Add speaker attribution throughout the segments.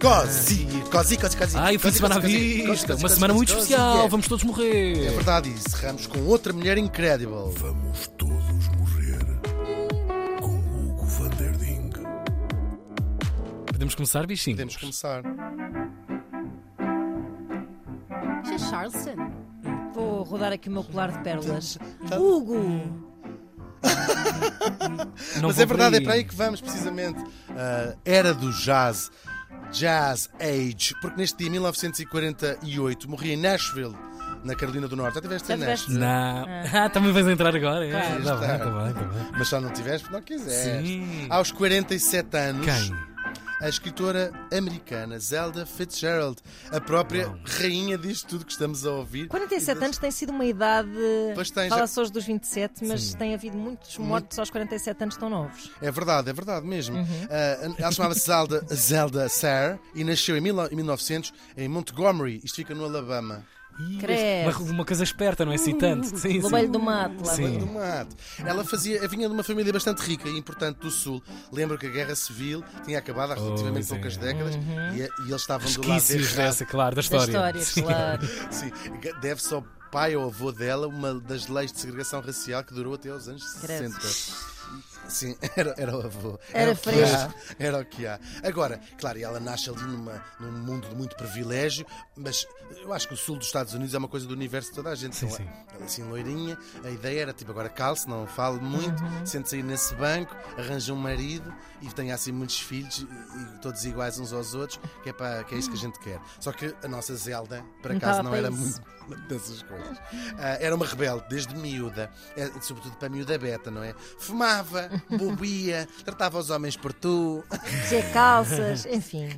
Speaker 1: Cosi, cosi, cosi, cosi.
Speaker 2: Ai, o fim de
Speaker 1: Cosi,
Speaker 2: semana à
Speaker 1: cosi, cosi, cosi,
Speaker 2: vista.
Speaker 1: cosi,
Speaker 2: Uma
Speaker 1: cosi,
Speaker 2: semana
Speaker 1: cosi,
Speaker 2: muito
Speaker 1: cosi,
Speaker 2: especial.
Speaker 1: yeah.
Speaker 2: Vamos todos
Speaker 1: É
Speaker 2: morrer.
Speaker 1: verdade, e cerramos com outra mulher incredible.
Speaker 3: Vamos todos morrer com Hugo van der Ding.
Speaker 2: Podemos começar, bichinho?
Speaker 1: Podemos começar.
Speaker 4: Já
Speaker 5: é
Speaker 4: Charleston. Vou rodar aqui o meu colar de pérolas. Hugo!
Speaker 1: Mas
Speaker 2: Não vou
Speaker 1: é verdade,
Speaker 2: por
Speaker 1: é para aí que vamos, precisamente. Ah, era do jazz. Jazz Age. Porque neste dia, 1948, morri em Nashville, na Carolina do Norte. Já estiveste
Speaker 4: Já
Speaker 1: em
Speaker 4: tiveste?
Speaker 1: Nashville?
Speaker 2: Não.
Speaker 4: É.
Speaker 2: Ah, também vais entrar agora? É,
Speaker 4: Claro.
Speaker 2: tá bem, tá bem, tá bem.
Speaker 1: Mas só não tiveste porque não quiseste.
Speaker 2: Sim.
Speaker 1: Aos 47 anos,
Speaker 2: Quem?
Speaker 1: a escritora americana Zelda Fitzgerald, a própria rainha disto tudo que estamos a ouvir.
Speaker 4: 47 anos tem sido uma idade.
Speaker 1: Pois tem, já-
Speaker 4: Fala-se hoje dos 27, mas tem havido muitos mortos aos 47 anos tão novos.
Speaker 1: É verdade, é verdade mesmo. Ah, ela chamava-se Zelda, Zelda Sayre e nasceu em, mil- em 1900 em Montgomery. Isto fica no Alabama.
Speaker 2: Ih,
Speaker 4: Credo.
Speaker 2: Uma, uma coisa esperta, não é excitante? Sim,
Speaker 4: Lobelho do
Speaker 2: sim.
Speaker 4: mato lá.
Speaker 2: Sim.
Speaker 1: Do mato. Ela fazia, vinha de uma família bastante rica e importante do Sul. Lembro que a Guerra Civil tinha acabado há relativamente
Speaker 2: Pois é.
Speaker 1: poucas décadas e, e eles estavam do lado
Speaker 2: Resquícios
Speaker 1: errado.
Speaker 2: dessa, claro, da
Speaker 4: Da
Speaker 2: história.
Speaker 4: história,
Speaker 2: Sim.
Speaker 4: claro.
Speaker 1: Sim, deve-se ao pai ou avô dela uma das leis de segregação racial que durou até aos anos
Speaker 4: Credo.
Speaker 1: 60. Sim, era, era o avô.
Speaker 4: Era
Speaker 1: o que
Speaker 4: fresco.
Speaker 1: há, Era o que há. Agora, claro, ela nasce ali numa, num mundo de muito privilégio, mas eu acho que o sul dos Estados Unidos é uma coisa do universo de toda a gente.
Speaker 2: Sim,
Speaker 1: Então,
Speaker 2: sim.
Speaker 1: Ela assim, loirinha, a ideia era tipo, agora calce, não fale muito,
Speaker 4: Uhum.
Speaker 1: sente-se aí nesse banco, arranja um marido e tenha assim muitos filhos e, e todos iguais uns aos outros, que é, para, que é isso
Speaker 4: Hum.
Speaker 1: que a gente quer. Só que a nossa Zelda, por
Speaker 4: Não
Speaker 1: acaso,
Speaker 4: dava
Speaker 1: não
Speaker 4: para
Speaker 1: era
Speaker 4: isso.
Speaker 1: muito dessas coisas. Ah, era uma rebelde, desde miúda, eh, sobretudo para a miúda beta, não é? Fumava, bebia, tratava os homens por tu.
Speaker 4: Tinha calças, enfim.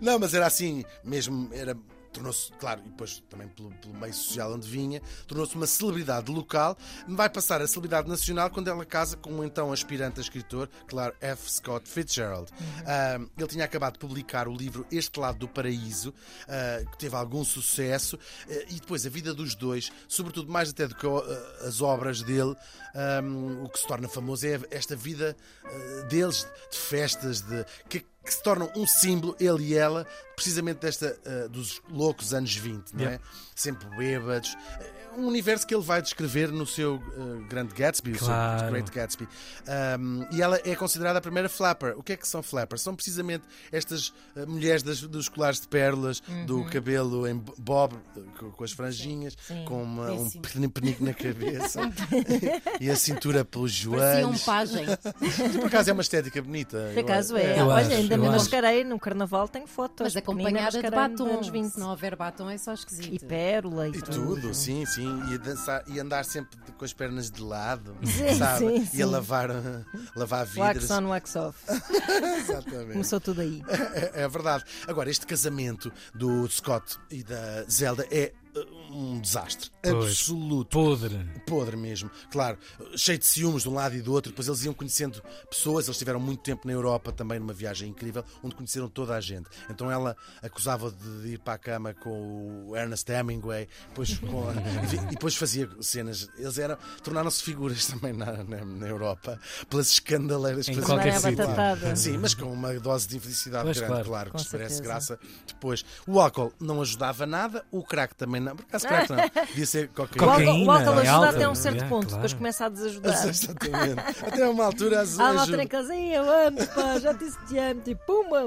Speaker 1: Não, mas era assim, mesmo, era. Tornou-se, claro, e depois também pelo, pelo meio social onde vinha, tornou-se uma celebridade local, vai passar a celebridade nacional quando ela casa com o então aspirante a escritor, claro, F. Scott Fitzgerald.
Speaker 4: Uhum.
Speaker 1: Ah, ele tinha acabado de publicar o livro Este Lado do Paraíso, ah, que teve algum sucesso, ah, e depois a vida dos dois, sobretudo mais até do que o- ah, as obras dele, ah, o que se torna famoso é esta vida ah, deles, de festas, de. que- que se tornam um símbolo, ele e ela, precisamente desta ah, dos loucos anos 20, não é? Sempre bêbados. É Um universo que ele vai descrever no seu ah, grande Gatsby, o seu
Speaker 2: Claro.
Speaker 1: Great Gatsby. Um, e ela é considerada a primeira flapper. O que é que são flappers? São precisamente estas ah, mulheres das- dos colares de pérolas, do cabelo em bo- bob, ah, com, com as franjinhas,
Speaker 4: Uhum. Sim. Um
Speaker 1: com uma- um
Speaker 5: Péssimo.
Speaker 1: peni- penico na cabeça e a cintura pelos
Speaker 5: Parecia um
Speaker 1: joelhos.
Speaker 5: pajem.
Speaker 1: Por acaso é uma estética bonita. eu
Speaker 4: Por acaso
Speaker 1: acho.
Speaker 4: é.
Speaker 2: Eu
Speaker 4: Olha,
Speaker 2: acho,
Speaker 4: ainda
Speaker 2: eu
Speaker 4: me
Speaker 2: acho.
Speaker 4: mascarei no carnaval, tenho fotos.
Speaker 5: Mas
Speaker 4: Menina
Speaker 5: acompanhada de
Speaker 4: mascarada nos
Speaker 5: batom.
Speaker 4: anos 20.
Speaker 5: Se não houver batom é só esquisito.
Speaker 4: E pérola e,
Speaker 1: E
Speaker 4: tudo.
Speaker 1: tudo, sim, sim. E, a dançar, e andar sempre de- com as pernas de lado,
Speaker 4: Sim,
Speaker 1: sabe?
Speaker 4: sim,
Speaker 1: E a
Speaker 4: sim.
Speaker 1: lavar, lavar vidros.
Speaker 4: Wax on, wax off.
Speaker 2: Ah,
Speaker 1: Exatamente.
Speaker 4: Começou tudo aí.
Speaker 1: É, é verdade. Agora, este casamento do Scott e da Zelda é uh, um desastre.
Speaker 2: Pois.
Speaker 1: Absoluto.
Speaker 2: Podre.
Speaker 1: Podre mesmo, claro, cheio de ciúmes de um lado e do outro. Depois eles iam conhecendo pessoas, eles tiveram muito tempo na Europa também, numa viagem incrível, onde conheceram toda a gente. Então ela acusava de ir para a cama com o Ernest Hemingway, depois, com a- e depois fazia cenas. Eles eram, tornaram-se figuras também na, na, na Europa, pelas escandaleiras
Speaker 2: Em
Speaker 1: que faziam.
Speaker 2: Qualquer
Speaker 4: Não é
Speaker 2: sítio.
Speaker 4: batatada.
Speaker 1: Sim, mas com uma dose de infelicidade
Speaker 2: Pois,
Speaker 1: grande,
Speaker 2: claro.
Speaker 1: claro, que
Speaker 4: Com
Speaker 1: se parece
Speaker 4: certeza.
Speaker 1: graça depois. O álcool não ajudava nada, o crack também não. Por acaso, crack não. Devia ser
Speaker 4: O
Speaker 1: cocaína.
Speaker 2: Cocaína,
Speaker 4: álcool, o álcool
Speaker 2: é
Speaker 4: ajuda
Speaker 2: álcool,
Speaker 4: até um certo
Speaker 2: yeah,
Speaker 4: ponto,
Speaker 2: claro.
Speaker 4: depois começa a desajudar.
Speaker 1: Exatamente. Até uma altura azul.
Speaker 4: Ah, malta em casa, "Ei, eu amo, pá, já disse que te amo, tipo, pumba.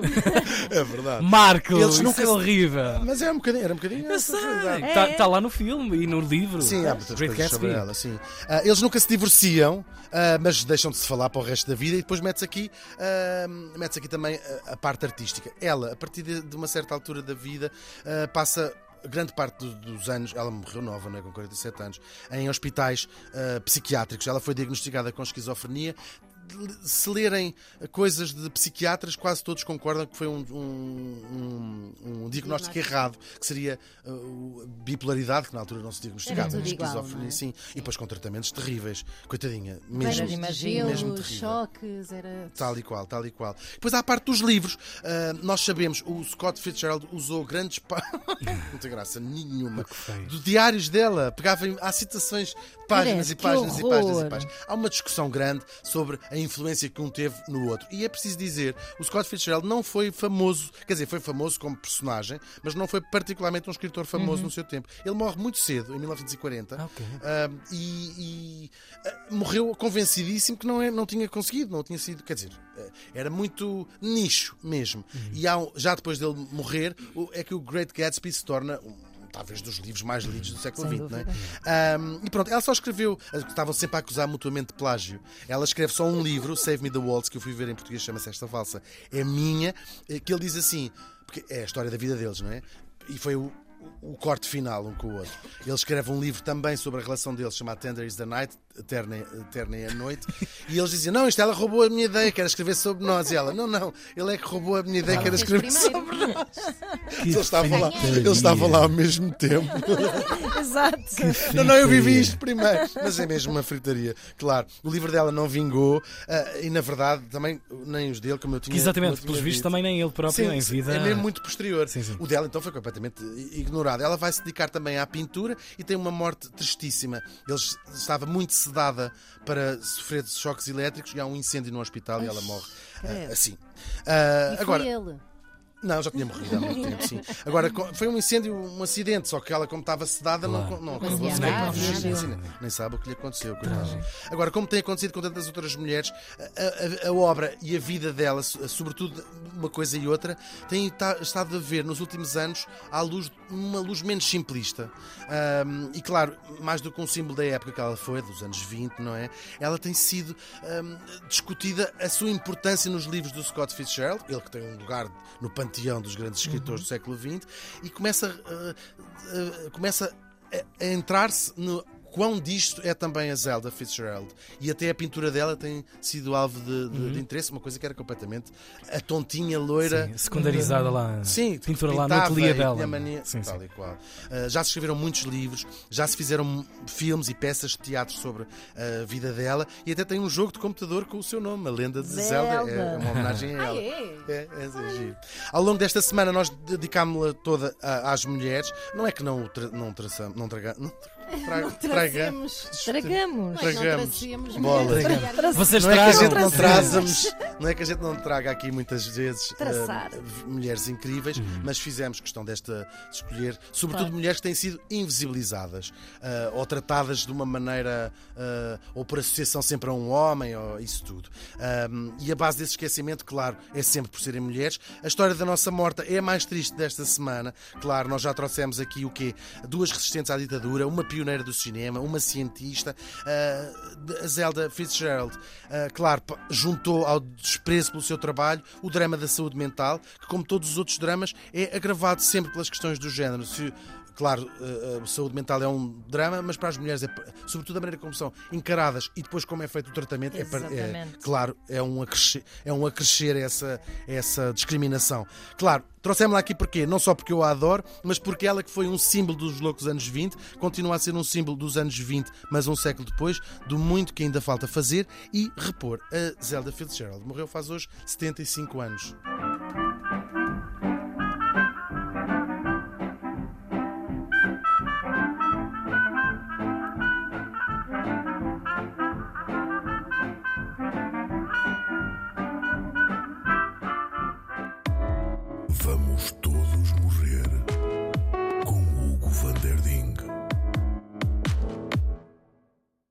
Speaker 1: É verdade.
Speaker 2: Marco,
Speaker 1: Eles
Speaker 2: isso
Speaker 1: nunca
Speaker 2: é
Speaker 1: se-
Speaker 2: horrível.
Speaker 1: Mas era um bocadinho. Era um bocadinho
Speaker 2: Eu
Speaker 1: essa
Speaker 2: sei.
Speaker 1: realidade.
Speaker 4: É.
Speaker 2: Está lá no filme e no livro.
Speaker 1: Sim, há muitas
Speaker 2: Great
Speaker 1: coisas sobre
Speaker 2: Gatsby.
Speaker 1: ela, sim. Ah, eles nunca se divorciam, ah, mas deixam de se falar para o resto da vida e depois metes aqui, ah, metes aqui também a- a, parte artística. Ela, a partir de, de uma certa altura da vida, ah, passa grande parte do- dos anos, ela morreu nova, né, com 47 anos, em hospitais ah, psiquiátricos. Ela foi diagnosticada com esquizofrenia. De- Se lerem coisas de psiquiatras, quase todos concordam que foi um, um- um- um diagnóstico errado, que seria ah, o- bipolaridade, que na altura não se diagnosticava,
Speaker 5: tudo
Speaker 1: mas
Speaker 5: igual,
Speaker 1: esquizofrenia,
Speaker 5: não é?
Speaker 1: Sim, e depois com tratamentos terríveis. Coitadinha, mesmo.
Speaker 5: Pedras
Speaker 4: Mesmo
Speaker 5: de
Speaker 4: terrível.
Speaker 1: Mesmo
Speaker 5: gelo,
Speaker 1: terrível. Tá,
Speaker 5: choques, era.
Speaker 1: Tal e qual, tal e qual. Depois há a parte dos livros. Ah, nós sabemos, o Scott Fitzgerald usou grandes. Pa... Não tem graça nenhuma.
Speaker 2: feio.
Speaker 1: Dos diários dela. Pegava, em- há citações, páginas
Speaker 4: Credo,
Speaker 1: e páginas
Speaker 4: que
Speaker 1: e páginas
Speaker 4: horror.
Speaker 1: e páginas. Há uma discussão grande sobre a influência que um teve no outro. E é preciso dizer, o Scott Fitzgerald não foi famoso, quer dizer, foi famoso como personagem, mas não foi particularmente um escritor famoso
Speaker 4: Uhum.
Speaker 1: no seu tempo. Ele morre muito cedo, em 1940,
Speaker 2: Ok.
Speaker 1: ah, e, e, ah, morreu convencidíssimo que não, é- não tinha conseguido, não tinha sido, quer dizer, ah, era muito nicho mesmo. E há um- já depois dele morrer, o- é que o Great Gatsby se torna um talvez dos livros mais lidos do século
Speaker 5: Sem
Speaker 1: XX, não é? Ahm, e pronto, ela só escreveu, ah, estavam sempre a acusar mutuamente de plágio. Ela escreve só um livro, Save Me the Waltz, que eu fui ver em português, chama-se Esta Valsa, é minha, eh, que ele diz assim, porque é a história da vida deles, não é? E foi o, o corte final um com o outro. Ele escreve um livro também sobre a relação deles, chamado Tender is the Night, Eterna, Eterna é a Noite, e eles diziam, não, isto ela roubou a minha ideia, quer escrever sobre nós. E ela, não, não, ele é que roubou a minha ideia, quer
Speaker 5: Fez
Speaker 1: escrever sobre
Speaker 5: primeiro.
Speaker 1: eles estavam lá, eles estavam lá ao mesmo tempo.
Speaker 4: Exato.
Speaker 1: Não, não, eu vivi
Speaker 2: Fritaria.
Speaker 1: isto primeiro. Mas é mesmo uma fritaria, claro. O livro dela não vingou ah, e, na verdade, também nem os dele, como eu tinha
Speaker 2: Que exatamente,
Speaker 1: como eu
Speaker 2: pelos
Speaker 1: tinha
Speaker 2: vistos
Speaker 1: dito.
Speaker 2: também nem ele próprio
Speaker 1: Sim,
Speaker 2: em
Speaker 1: sim,
Speaker 2: vida.
Speaker 1: É mesmo muito posterior.
Speaker 2: Sim, sim.
Speaker 1: O dela então foi completamente ignorado. Ela vai se dedicar também à pintura e tem uma morte tristíssima. Ele estava muito sedada para sofrer de choques elétricos e há um incêndio no hospital e ela morre ah,
Speaker 5: credo.
Speaker 1: assim. Ah,
Speaker 4: E foi
Speaker 1: agora,
Speaker 4: ele.
Speaker 1: não, já tinha morrido há muito tempo, sim. Agora, co- foi um incêndio, um acidente, só que ela, como estava sedada, não
Speaker 2: Claro.
Speaker 1: co- não,
Speaker 2: Não
Speaker 1: acabou
Speaker 5: conseguia
Speaker 1: de-
Speaker 5: andar,
Speaker 1: não fugiu,
Speaker 5: nada.
Speaker 1: sim, nem- Nem sabe o que lhe aconteceu. coitada. Agora, como tem acontecido com tantas outras mulheres, a, a- a obra e a vida dela, so- sobretudo uma coisa e outra, têm ta- estado a ver nos últimos anos à luz, uma luz menos simplista. Ahm, e claro, mais do que um símbolo da época que ela foi, dos anos 20, não é? Ela tem sido ahm, discutida a sua importância nos livros do Scott Fitzgerald, ele que tem um lugar no panteão dos grandes escritores do século XX, e começa, ah, ah, começa a, a é entrar-se no quão disto é também a Zelda Fitzgerald. E até a pintura dela tem sido alvo de,
Speaker 2: Uhum.
Speaker 1: de- de interesse, uma coisa que era completamente a tontinha loira.
Speaker 2: Sim, secundarizada lá.
Speaker 1: Sim,
Speaker 2: pintura lá no
Speaker 1: pintava
Speaker 2: ateliê
Speaker 1: e
Speaker 2: dela. né?
Speaker 1: tinha mania-
Speaker 2: Sim,
Speaker 1: tal
Speaker 2: sim.
Speaker 1: e qual. Ah, já se escreveram muitos livros, já se fizeram filmes e peças de teatro sobre a vida dela e até tem um jogo de computador com o seu nome, A Lenda de Zelda.
Speaker 4: Zelda.
Speaker 1: É uma homenagem a ela.
Speaker 5: é?
Speaker 1: É, é, é giro. Ao longo desta semana nós dedicámos-la toda a- às mulheres. Não é que não, o tra não traçamos, não traga, não tra- traga-
Speaker 5: Tragamos.
Speaker 4: Tragamos.
Speaker 5: Mas não
Speaker 1: Tragamos.
Speaker 5: trazíamos
Speaker 1: Bola.
Speaker 5: mulheres.
Speaker 2: Vocês
Speaker 1: Não é que a
Speaker 2: trazem.
Speaker 1: gente não
Speaker 2: Sim.
Speaker 1: trazamos, não é que a gente não traga aqui muitas vezes ah,
Speaker 4: Traçar.
Speaker 1: v- mulheres incríveis, mas fizemos questão desta de escolher, sobretudo
Speaker 4: Claro.
Speaker 1: mulheres que têm sido invisibilizadas ah, ou tratadas de uma maneira ah, ou por associação sempre a um homem ou isso tudo. Ah, e a base desse esquecimento, claro, é sempre por serem mulheres. A história da nossa morta é a mais triste desta semana. Claro, nós já trouxemos aqui o quê? Duas resistentes à ditadura, uma pioneira do cinema, uma cientista, ah, de- a Zelda Fitzgerald. ah, claro, pa- juntou ao desprezo pelo seu trabalho o drama da saúde mental, que, como todos os outros dramas, é agravado sempre pelas questões do género. Se- Claro, eh, eh, saúde mental é um drama, mas para as mulheres, é, p- sobretudo a maneira como são encaradas e depois como é feito o tratamento, é, par- é,
Speaker 4: Exatamente.
Speaker 1: claro, é um acrescer, é um acrescer essa, essa discriminação. Claro, trouxemos-la aqui porque Não só porque eu a adoro, mas porque ela que foi um símbolo dos loucos anos 20, continua a ser um símbolo dos anos 20, mas um século depois, do muito que ainda falta fazer e repor. A Zelda Fitzgerald morreu faz hoje 75 anos.